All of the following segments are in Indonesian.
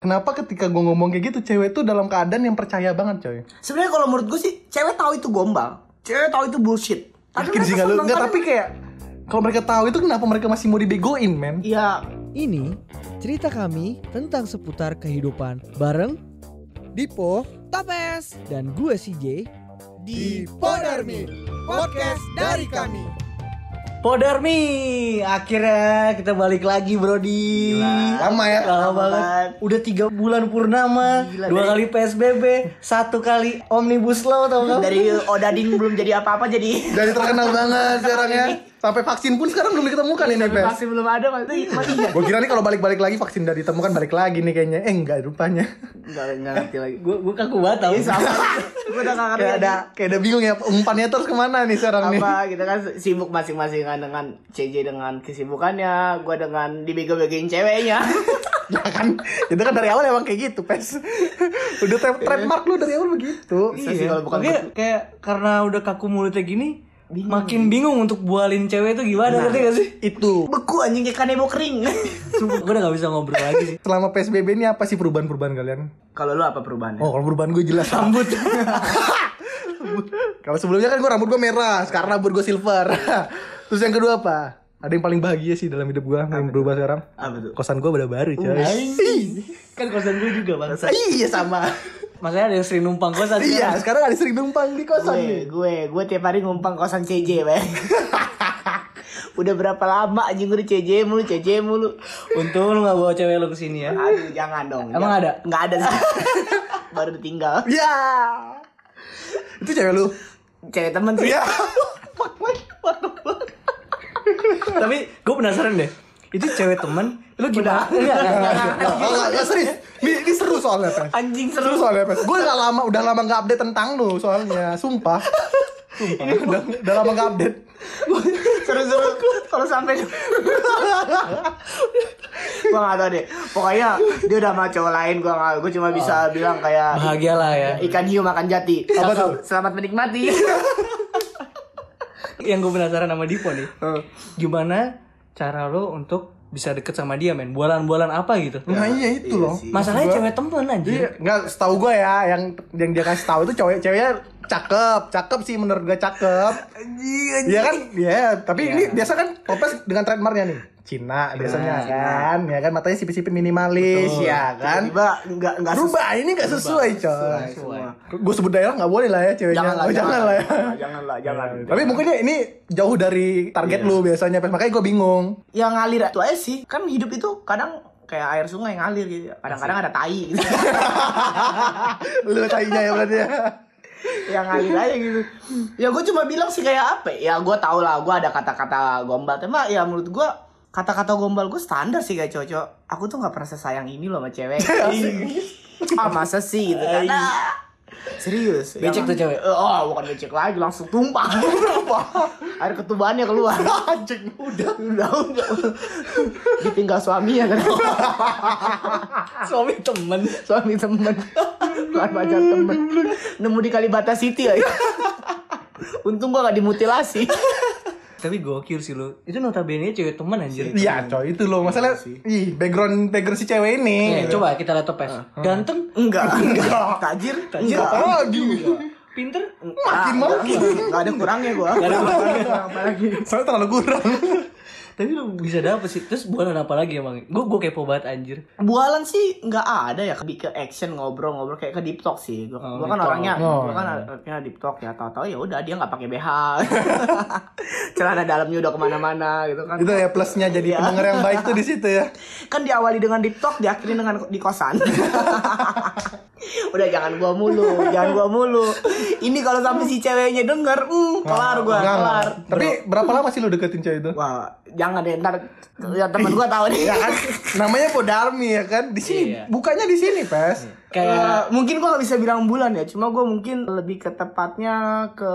kenapa ketika gue ngomong kayak gitu cewek tuh dalam keadaan yang percaya banget coy Sebenarnya kalau menurut gue sih cewek tahu itu gombal. Cewek tahu itu bullshit. yakin sih nggak lu nggak tapi kayak kalau mereka tahu itu kenapa mereka masih mau dibegoin men Iya, Ini cerita kami tentang seputar kehidupan bareng Dipo, Tapes, dan gue CJ di Podarmi podcast dari kami. Podarmi, akhirnya kita balik lagi Brodi. lama ya Lama banget. Udah tiga bulan purnama, Gila, dua dari- kali PSBB, satu kali omnibus law tau gak? dari Odading belum jadi apa-apa jadi dari terkenal banget sekarang ya sampai vaksin pun sekarang belum ditemukan ini pes masih belum ada masih masih gue kira nih kalau balik-balik lagi vaksin udah ditemukan balik lagi nih kayaknya eh enggak rupanya enggak enggak ngerti lagi. gue gue kaku banget tau. Iya, Sama. Gue udah nggak ngerti kayak ada ada kayak ada bingung ya umpannya terus kemana nih sekarang nih apa kita kan sibuk masing-masing kan dengan CJ dengan kesibukannya, gue dengan dibego-begoin ceweknya. ya kan itu kan dari awal emang kayak gitu pes udah tra- trademark lu dari awal begitu Bisa sih kalau bukan Oke, kayak karena udah kaku mulutnya gini, makin bingung untuk bualin cewek itu gimana, ngerti gak sih? itu beku anjing kayak kanebo kering. Sumpah, gue udah gak bisa ngobrol lagi sih. selama psbb ini apa sih perubahan-perubahan kalian kalau lu apa perubahannya? oh kalau perubahan gue jelas Rambut. kalau sebelumnya kan gue rambut gue merah sekarang rambut gue silver terus yang kedua apa ada yang paling bahagia sih dalam hidup gue yang berubah sekarang Apa tuh? kosan gue udah baru coy kan kosan gue juga bang. iya sama Makanya ada yang sering numpang kosan. iya sekarang ada sering numpang di kosan gue, nih gue, gue tiap hari ngumpang kosan CJ, Bay. Udah berapa lama anjing gue di CJ mulu, CJ mulu. Untung lu gak bawa cewek lu kesini ya. Aduh, jangan dong. Emang ada? Enggak ada sih. Baru ditinggal. ya itu cewek lu Cewek temen sih. ya Tapi gue penasaran deh. Itu cewek temen, lu gimana? Enggak, enggak, enggak. Nggak, nggak, nggak, Oh, ya, serius. Ini, ini seru soalnya, Pes. Anjing Seru seru. soalnya, Pes. Gue udah lama, udah lama nggak update tentang lu soalnya. Sumpah. Sumpah. udah, udah lama nggak update. Seru-seru. Kalau sampai gua gak tau deh. Pokoknya dia udah sama cowok lain, gua gak, gua cuma bisa bilang kayak Bahagia lah ya. ikan hiu makan jati. Apa tuh? Selamat menikmati. Yang gue penasaran sama Dipo nih. Gimana cara lu untuk bisa deket sama dia, men? Bualan-bualan apa gitu? Nah iya itu loh. Masalahnya cewek temen Iya, anjir. nggak setahu gue ya yang yang dia kasih tahu itu cewek ceweknya cakep, cakep sih menurut gue cakep. Iya kan? Iya, tapi ini biasa kan topes dengan trademarknya nih. Cina biasanya kan, ya kan matanya sipit-sipit minimalis, ya Iya, kan? Tiba-tiba enggak enggak sesuai. Rubah ini gak sesuai coy. Gue sebut daerah gak boleh lah ya ceweknya. Janganlah, Oh, jangan lah ya. Janganlah, Nah, jangan. Tapi mungkinnya ini jauh dari target lu biasanya, Pes. makanya gue bingung. ya ngalir itu aja sih kan hidup itu kadang kayak air sungai ngalir gitu kadang-kadang ada tai gitu. lu tainya ya berarti ya. yang ngalir aja gitu ya gue cuma bilang sih kayak apa ya gue tau lah gue ada kata-kata gombal cuma ya menurut gue kata-kata gombal gue standar sih kayak cocok aku tuh nggak pernah sesayang ini loh sama cewek Iya. ah masa sih gitu kan Ah. serius Becek tuh cewek? oh bukan becek lagi langsung tumpah air ketubannya keluar Anjing udah. udah udah ditinggal suaminya kan Suami temen. suami temen bukan pacar temen nemu di Kalibata City ya untung gua gak dimutilasi Tapi gokil sih lu. Itu notabene cewek temen anjir. Iya coy itu loh masalah Iya, ih background background si cewek ini. Nih, coba kita lihat topes. Ganteng, enggak enggak tajir tajir Apa enggak lagi. pinter, Makin makin. enggak ada kurangnya gua Gak ada kurangnya. apalagi Soalnya terlalu kurang. Iya. Tapi lu bisa dapet sih. Terus bualan apa lagi emang? Gue gue kepo banget anjir. bualan sih nggak ada ya lebih ke action ngobrol-ngobrol kayak ke deep talk sih gua, gua Oh, deep kan talk. orangnya Oh. gua kan orangnya deep talk ya tahu-tahu ya udah dia nggak pakai BH celana dalamnya udah kemana-mana gitu kan itu ya plusnya jadi pendengar yang baik tuh di situ ya. kan diawali dengan di TikTok diakhiri dengan di kosan udah jangan gua mulu jangan gua mulu ini kalau sampai si ceweknya denger hmm, kelar gua Enggak, enggak. kelar Tapi berapa lama sih lu deketin cewek itu? wah jangan deh ntar ya teman gua tahu nih Ya kan namanya Podarmi ya kan. Di sini Iya. bukanya di sini, Pes. Kayak Eh, mungkin gua nggak bisa bilang bulan ya cuma gua mungkin lebih ke tepatnya ke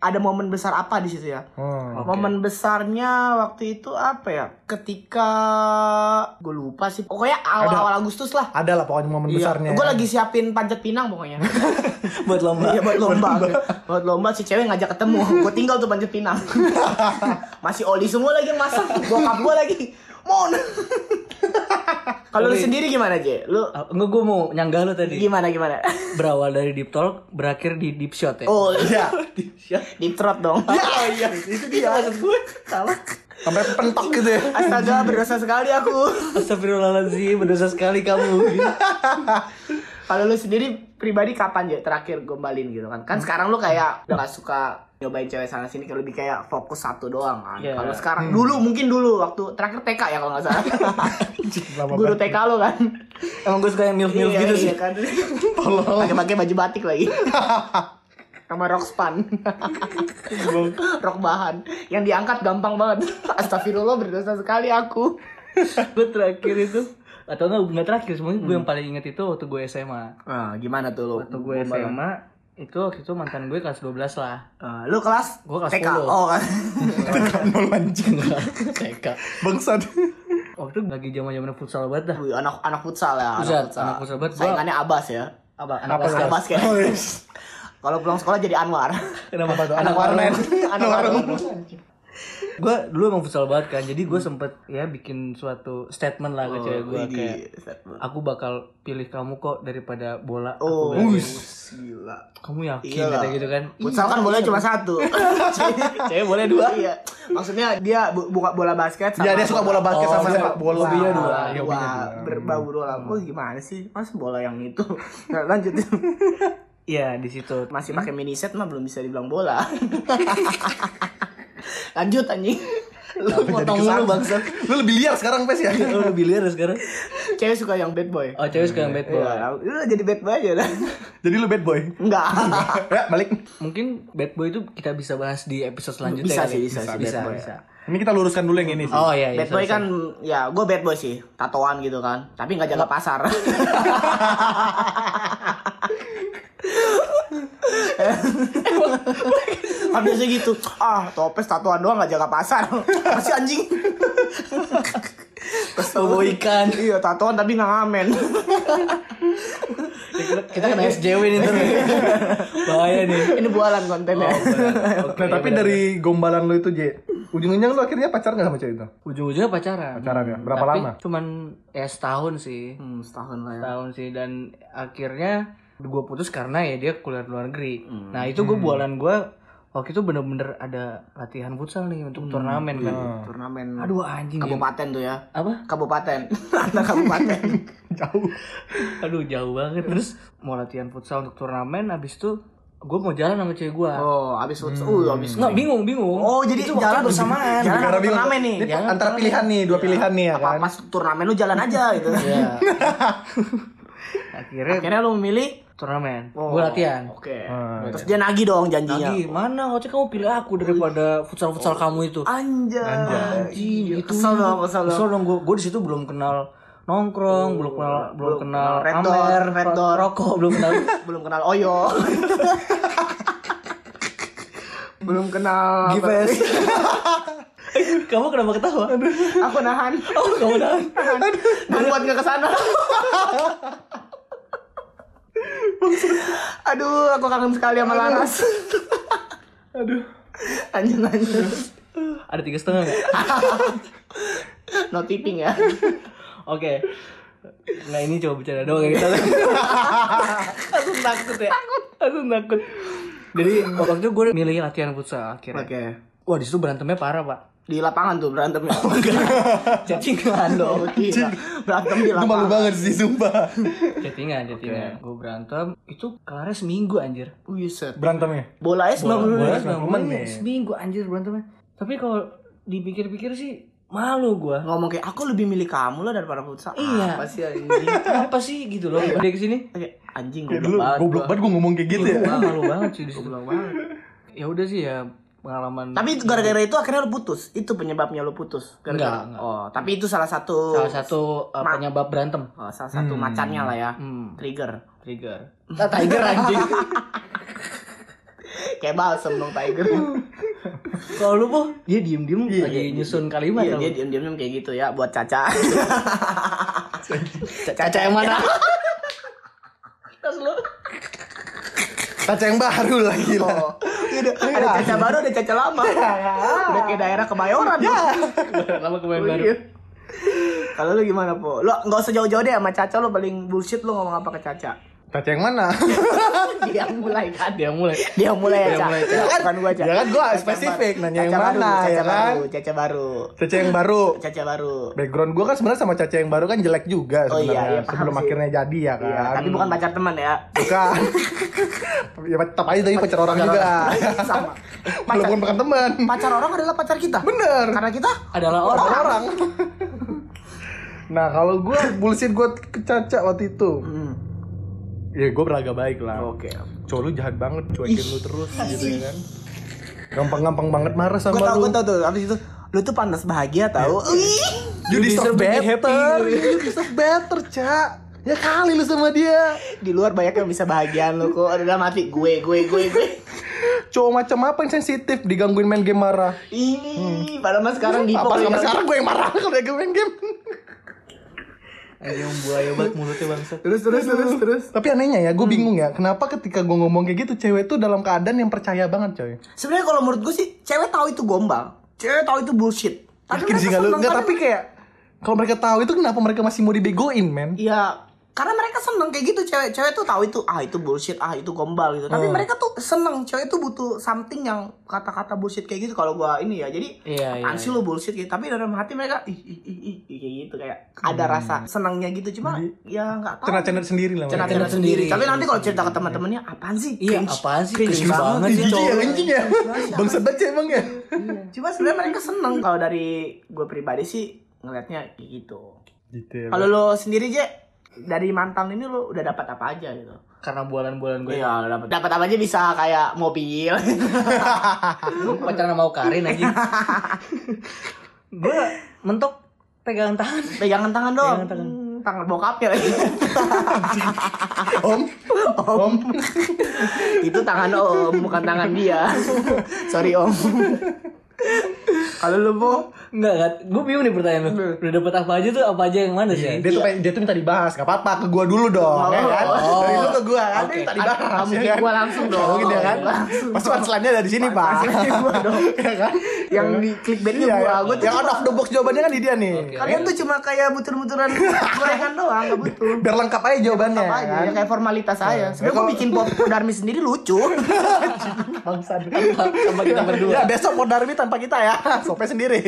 ada momen besar apa di situ ya Hmm. Momen besarnya waktu itu apa ya? Ketika gue lupa sih. Pokoknya awal-awal Agustus lah. Ada lah pokoknya momen Iya. besarnya. Gue lagi siapin panjat pinang pokoknya. buat lomba. Iya buat lomba. buat lomba si cewek ngajak ketemu. Gue tinggal tuh panjat pinang. Masih oli semua lagi yang masak. Bokap gue lagi. Mon. Kalau lu Oke. sendiri gimana, Je? Lu Ah, Enggak, gue mau nyanggah lo tadi. gimana gimana? Berawal dari deep talk, berakhir di deep shot ya. Oh, Iya. deep shot. deep throat dong. Iya, itu dia. Salah. Sampai pentok gitu ya. Astaga, berdosa sekali aku. Astagfirullahaladzim, berdosa sekali kamu. Kalau lu sendiri pribadi kapan Je terakhir gombalin gitu kan? Hmm. Kan sekarang lu kayak udah gak suka nyobain cewek sana sini kalau lebih kayak fokus satu doang kan. Iya. Kalau sekarang dulu mungkin dulu waktu terakhir TK ya kalau nggak salah. Lama Guru TK lu kan. Emang gue suka yang milf-milf Iya, gitu iya sih. kan. Pakai-pakai baju batik lagi. sama rok span rok bahan yang diangkat gampang banget astagfirullah berdosa sekali aku gue terakhir itu atau enggak enggak terakhir semuanya gue yang paling inget itu waktu gue SMA nah, Hmm. gimana tuh lu waktu gue SMA itu waktu itu mantan gue kelas 12 lah Eh, lu kelas Ah. Gua kelas TK 10. oh kan Nol anjing. TK Bangsat. waktu itu lagi zaman zaman futsal banget dah Wih, anak anak futsal ya Futsal, anak futsal, anak futsal banget. Gua- saingannya abas ya Apa apa anak tuh? apa abas kayak kalau pulang sekolah jadi Anwar kenapa Oh, tuh iya. Anak warnet. anak warung gue dulu emang futsal banget kan jadi gue sempet ya bikin suatu statement lah ke cewek gue Hmm. Oh, Widih, kayak set banget. aku bakal pilih kamu kok daripada bola aku oh bilang, gila kamu yakin Iyalah. kata gitu kan Futsal kan boleh cuma satu. Cewek boleh dua. Iya. Maksudnya dia bu- buka bola basket sama Ya dia suka bola basket Oh, sama dia- sepak bola. hobinya dua. Wah, Iya, Wah, hobinya dua. berbau bola. Oh, gimana sih? Mas bola yang itu. Nah, lanjut. iya di situ Masih pakai mini set mah belum bisa dibilang bola. lanjut anjing. Lu Tapi jadi potong kesana. mulu bangsat. Lu lebih liar sekarang pes ya. Oh, udah biliar sekarang Cewek suka yang bad boy. oh cewek sekarang bad boy Iya, lu jadi bad boy aja dah. Jadi lu bad boy. Enggak. Iya, Ya, balik. mungkin bad boy itu kita bisa bahas di episode selanjutnya Bisa kali. sih, bisa sih, bisa, bad boy. bisa. Ini kita luruskan dulu yang ini sih. oh iya iya Bad boy sorry, kan ya gue bad boy sih, tatoan gitu kan. Tapi nggak jaga pasar. kan biasanya gitu. Ah, topes tatoan doang nggak jaga pasar. Masih anjing. Terus Bawa ikan. Iya, tatoan tapi nggak ngamen. sorry. kita, kita kena SJW nih ntar bahaya nih Ini bualan kontennya. iya, Nah, tapi dari gombalan lu itu, J, ujung-ujungnya lu akhirnya pacar gak sama cewek itu? ujung-ujungnya pacaran Pacaran ya? Berapa Tapi lama? cuman ya setahun sih Hmm, setahun lah ya. setahun sih dan akhirnya gue putus karena ya dia kuliah di luar negeri nah itu gue bualan gue waktu itu bener-bener ada latihan futsal nih untuk turnamen kan Hmm. Turnamen aduh anjing ya. kabupaten tuh ya. apa Kabupaten. Anak kabupaten. Jauh. aduh jauh banget terus mau latihan futsal untuk turnamen habis itu gue mau jalan sama cewek gue Oh, habis futsal. Uh, habis Nggak bingung bingung. Oh, jadi Itu waktu jalan bersamaan. Jalan Karena sama bingung. turnamen nih. Ini antara pilihan nih, dua pilihan nih ya Apa Iya, kan. pas turnamen lu jalan aja gitu. Iya. Akhirnya Akhirnya lu memilih turnamen. oh, Gue latihan. Iya. Oke. Hmm. Terus dia nagih dong janjinya. Lagi mana ngocek Nah, kamu pilih aku daripada futsal-futsal kamu itu. Anjay. Iya, Anjing, gitu. Kesel dong, kesel dong. Kesel dong gue. Gue di situ belum kenal nongkrong, belum kenal Oh, belum belum kenal kenal red amer, door, red ro- door. rokok, belum kenal Belum kenal Oyo. kan? Belum kenal apa- GPS. kamu kenapa ketawa? Aku nahan. Oh, kamu nahan. Dan buat nggak kesana. Aduh, aku kangen sekali sama Laras. Aduh. Anjing anjing. Ada tiga setengah nggak? No tipping ya. Oke. Nah ini coba bicara doang ya kita. Aku takut ya. Aku takut. Jadi waktu itu gue milih latihan futsal akhirnya. Wah di situ berantemnya parah pak. Di lapangan tuh berantem ya. Chattingan Oh, dong. gila. Berantem di Itu malu lapangan. banget sih, sumpah. Chattingan, chattingan. Gue berantem. Itu kelar seminggu anjir. Wih, set. Berantemnya. Oh, Bola es Bola- belum bola sembilan puluh sembilan puluh menit. menit. Seminggu anjir berantemnya. Tapi kalau dipikir-pikir sih malu gue. ngomong kayak aku lebih milih kamu lah daripada futsal. Iya. Apa sih anjing? Kenapa sih gitu loh? Dia kesini. Kayak, Anjing Ya goblok dulu banget. goblok gua. banget gue ngomong kayak gitu ya. Wah, malu banget sih di situ. Goblok banget. Ya udah sih ya pengalaman. Tapi itu gara-gara itu akhirnya lu putus. Itu penyebabnya lu putus. Enggak, Gara-gara. enggak. Oh, tapi itu salah satu salah satu uh, Ma- penyebab berantem. oh, salah satu macannya lah ya. Hmm. Trigger. Nah, Tiger. tiger anjing. Kayak balsem dong Tiger. Kalau lu po, dia diem-diem lagi nyusun kalimat. Iya, tau. dia diam-diam kayak gitu ya buat Caca. Caca yang mana? Kaca yang baru lagi lah. Oh, iya, ada- ada Caca baru, ada Caca Iya, lama. Udah kayak daerah Kebayoran. Lama kemarin Oh, Iya. baru. iya. Kalau lu gimana, Po? Lu nggak usah jauh-jauh deh sama Caca, lu paling bullshit lu ngomong apa ke Caca. Caca yang mana? Iya. Dia mulai kan. Dia Eh, mulai. Dia mulai ya, Dia Caca. mulai, Ca. Ya kan gua, Ya kan gua spesifik, nanya yang baru, mana, Caca ya kan? baru, Caca baru. Caca yang baru. Caca baru. Background gue kan sebenarnya sama Caca yang baru kan jelek juga Oh sebenarnya. iya, iya, paham Sebelum sih. akhirnya jadi ya kan. Iya, tapi bukan pacar teman ya. Bukan. ya tetap aja tapi pacar orang juga. Iya. Sama. Pacar, Walaupun bukan teman. pacar orang adalah pacar kita. Bener. Karena kita Adalah orang. Orang. orang. nah kalau gue bullshit gue ke Caca waktu itu. Ya gue beragak baik lah. Hmm. Oke. cowok lu jahat banget cuekin lu terus gitu ya kan gampang-gampang banget marah sama Gue tau, lu Iya. gue tau tuh. Abis itu, lu tuh pantas bahagia tau. Ih. you deserve deserve to be better you deserve better cak ya kali lu sama dia Di luar banyak yang bisa bahagiaan lu kok. Udah mati gue, gue, gue, gue. cowok macam apa yang sensitif digangguin main game marah Ini, padahal mah sekarang di apa sama sekarang gue yang marah kalau dia main game Ayo buaya banget mulutnya bangsa. Terus, terus, terus, terus. tapi anehnya ya gue bingung ya kenapa ketika gue ngomong kayak gitu cewek tuh dalam keadaan yang percaya banget coy Sebenarnya kalau menurut gue sih, cewek tahu itu gombal. Cewek tahu itu bullshit. yakin sih nggak lu nggak kan- tapi kayak kalau mereka tahu itu kenapa mereka masih mau dibegoin men Iya, karena mereka seneng kayak gitu cewek cewek tuh tahu itu ah itu bullshit ah itu gombal gitu Hmm. tapi mereka tuh seneng cewek tuh butuh something yang kata-kata bullshit kayak gitu kalau gua ini ya jadi Iya, iya, apaan sih lu bullshit gitu tapi dalam hati mereka ih ih ih, ih, ih," kayak gitu kayak Hmm. ada rasa senangnya gitu cuma ya nggak tahu cenat-cenat sendiri Iya. lah mereka. Cenat-cenat Cenat sendiri. sendiri. tapi nanti kalau cerita ke teman-temannya apaan sih Iya, Cringe. apaan sih? Cringe Cringe banget. banget sih Jijik ya cowok. anjing ya bangsat banget ya, emang ya cuma sebenarnya mereka seneng kalau dari gue pribadi sih ngelihatnya kayak gitu gitu ya kalau lo sendiri je dari mantan ini lo udah dapat apa aja gitu Karena bualan-bualan gue. Iya, dapat dapat apa aja bisa kayak mobil. Lu pacaran mau Karin aja. gue mentok pegangan tangan. Pegangan tangan dong. Pegangan tangan. Hmm, tangan bokapnya lagi. om om Itu tangan Om, bukan tangan dia. Sorry Om. Kalau lu mau Enggak, enggak. Gue bingung nih pertanyaan lu. Udah dapet apa aja tuh apa aja yang mana sih? Iya. dia tuh pengen- dia tuh minta dibahas gak apa-apa ke gua dulu dong ya kan Oh. dari lu ke gua kan dia Oke. minta dibahas kan? mungkin gua langsung dong. Gak mungkin ya kan Langsung pasti punchline-nya dari sini pak gua dong. ya kan Yang di clickbait-nya Iya, gua, iya. gua tuh yang out of the box jawabannya kan di dia nih Kalian tuh cuma kayak butir-butiran gorengan doang, gak butuh. biar lengkap aja jawabannya Apa aja, ya kan kayak formalitas aja. Sebenernya gua bikin pop Darmi sendiri lucu. bangsa Sama kita ya berdua. besok mau Darmi tanpa kita ya sopnya sendiri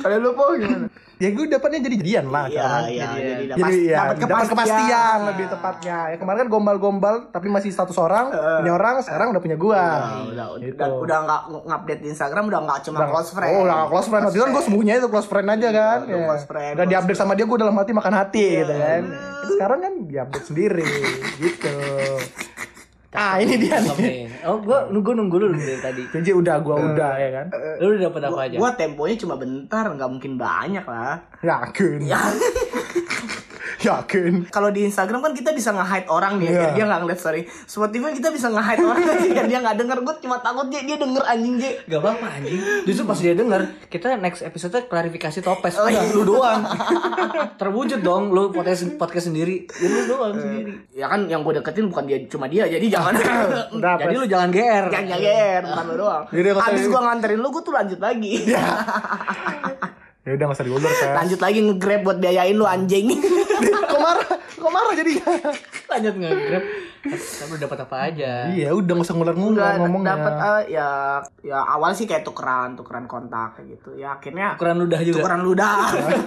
Kalau lu mau gimana? ya gue dapatnya jadi jadian lah Iya, kan. iya, jadi, jadi dapat- jadi ya, dapat Iya. dapat kepastian, lebih tepatnya ya kemarin kan gombal-gombal tapi masih satu orang punya orang sekarang udah punya gua Iya. udah udah Gitu. dan udah nggak ngupdate di Instagram udah nggak cuma Udah- close friend Oh, udah nggak close friend. Waktu itu kan gue sembunyinya itu close friend aja kan. udah Iya. close friend, Udah close Iya. diupdate sama dia gue dalam hati makan hati gitu kan. Sekarang kan diupdate sendiri gitu. Iya. Ah, ini dia Oke. nih. Oh, gue nunggu nunggu lu dari tadi. Jadi udah gua udah ya kan. Lu udah dapet apa Eh, Gua- aja? gua temponya cuma bentar nggak mungkin banyak lah Yakin. Yakin. kalau di Instagram kan kita bisa nge-hide orang nih ya, Iya. biar dia nggak ngeliat story Spotify kita bisa nge-hide orang aja, biar dia nggak denger gue cuma takut dia dia denger anjing dia Gak apa-apa anjing Justru pas dia denger Kita next episode klarifikasi topes Oh, Iya, iya. Udah lu doang Terwujud dong lu podcast, podcast sendiri Ya lu doang sendiri ya kan yang gue deketin bukan dia cuma dia jadi jangan Udah Jadi lu jangan GR jangan jager bukan lo doang Jadi kalau abis saya- gue nganterin lu gue tuh lanjut lagi Ya udah nggak usah diulur kan. lanjut lagi nge-grab buat biayain lu anjing Kok marah? Kok marah jadi? Lanjut nge-grab Tapi lu dapat apa aja Iya, udah nggak usah ngular-ngular Enggak, ngomongnya. dapat eh, ya ya awal sih kayak tukeran tukeran kontak kayak gitu ya akhirnya Ukuran ludah juga tukeran ludah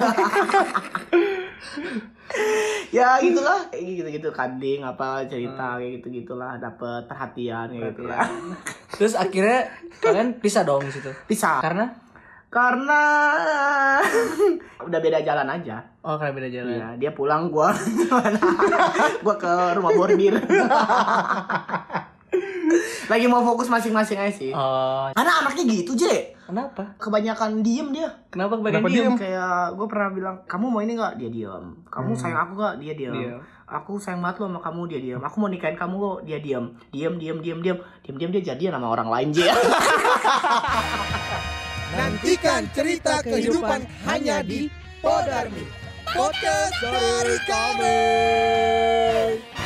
ya gitulah kayak gitu gitu kading apa cerita kayak gitu gitulah dapat perhatian kayak gitu lah Terus akhirnya Kalian pisah dong di situ pisah Karena karena udah beda jalan aja Oh karena beda jalan Iya, dia pulang gua gua ke rumah bordir lagi mau fokus masing-masing aja sih Oh karena anaknya gitu je Kenapa? kebanyakan diem dia Kenapa kebanyakan Kenapa diem? diem? kayak gue pernah bilang kamu mau ini gak dia diam kamu sayang aku gak dia diam Diam. aku sayang banget lo sama kamu dia diam aku mau nikahin kamu kok dia diam diam diam diam diam diam diam dia jadian sama orang lain je Nantikan cerita kehidupan hanya di Podarmi Podcast dari kami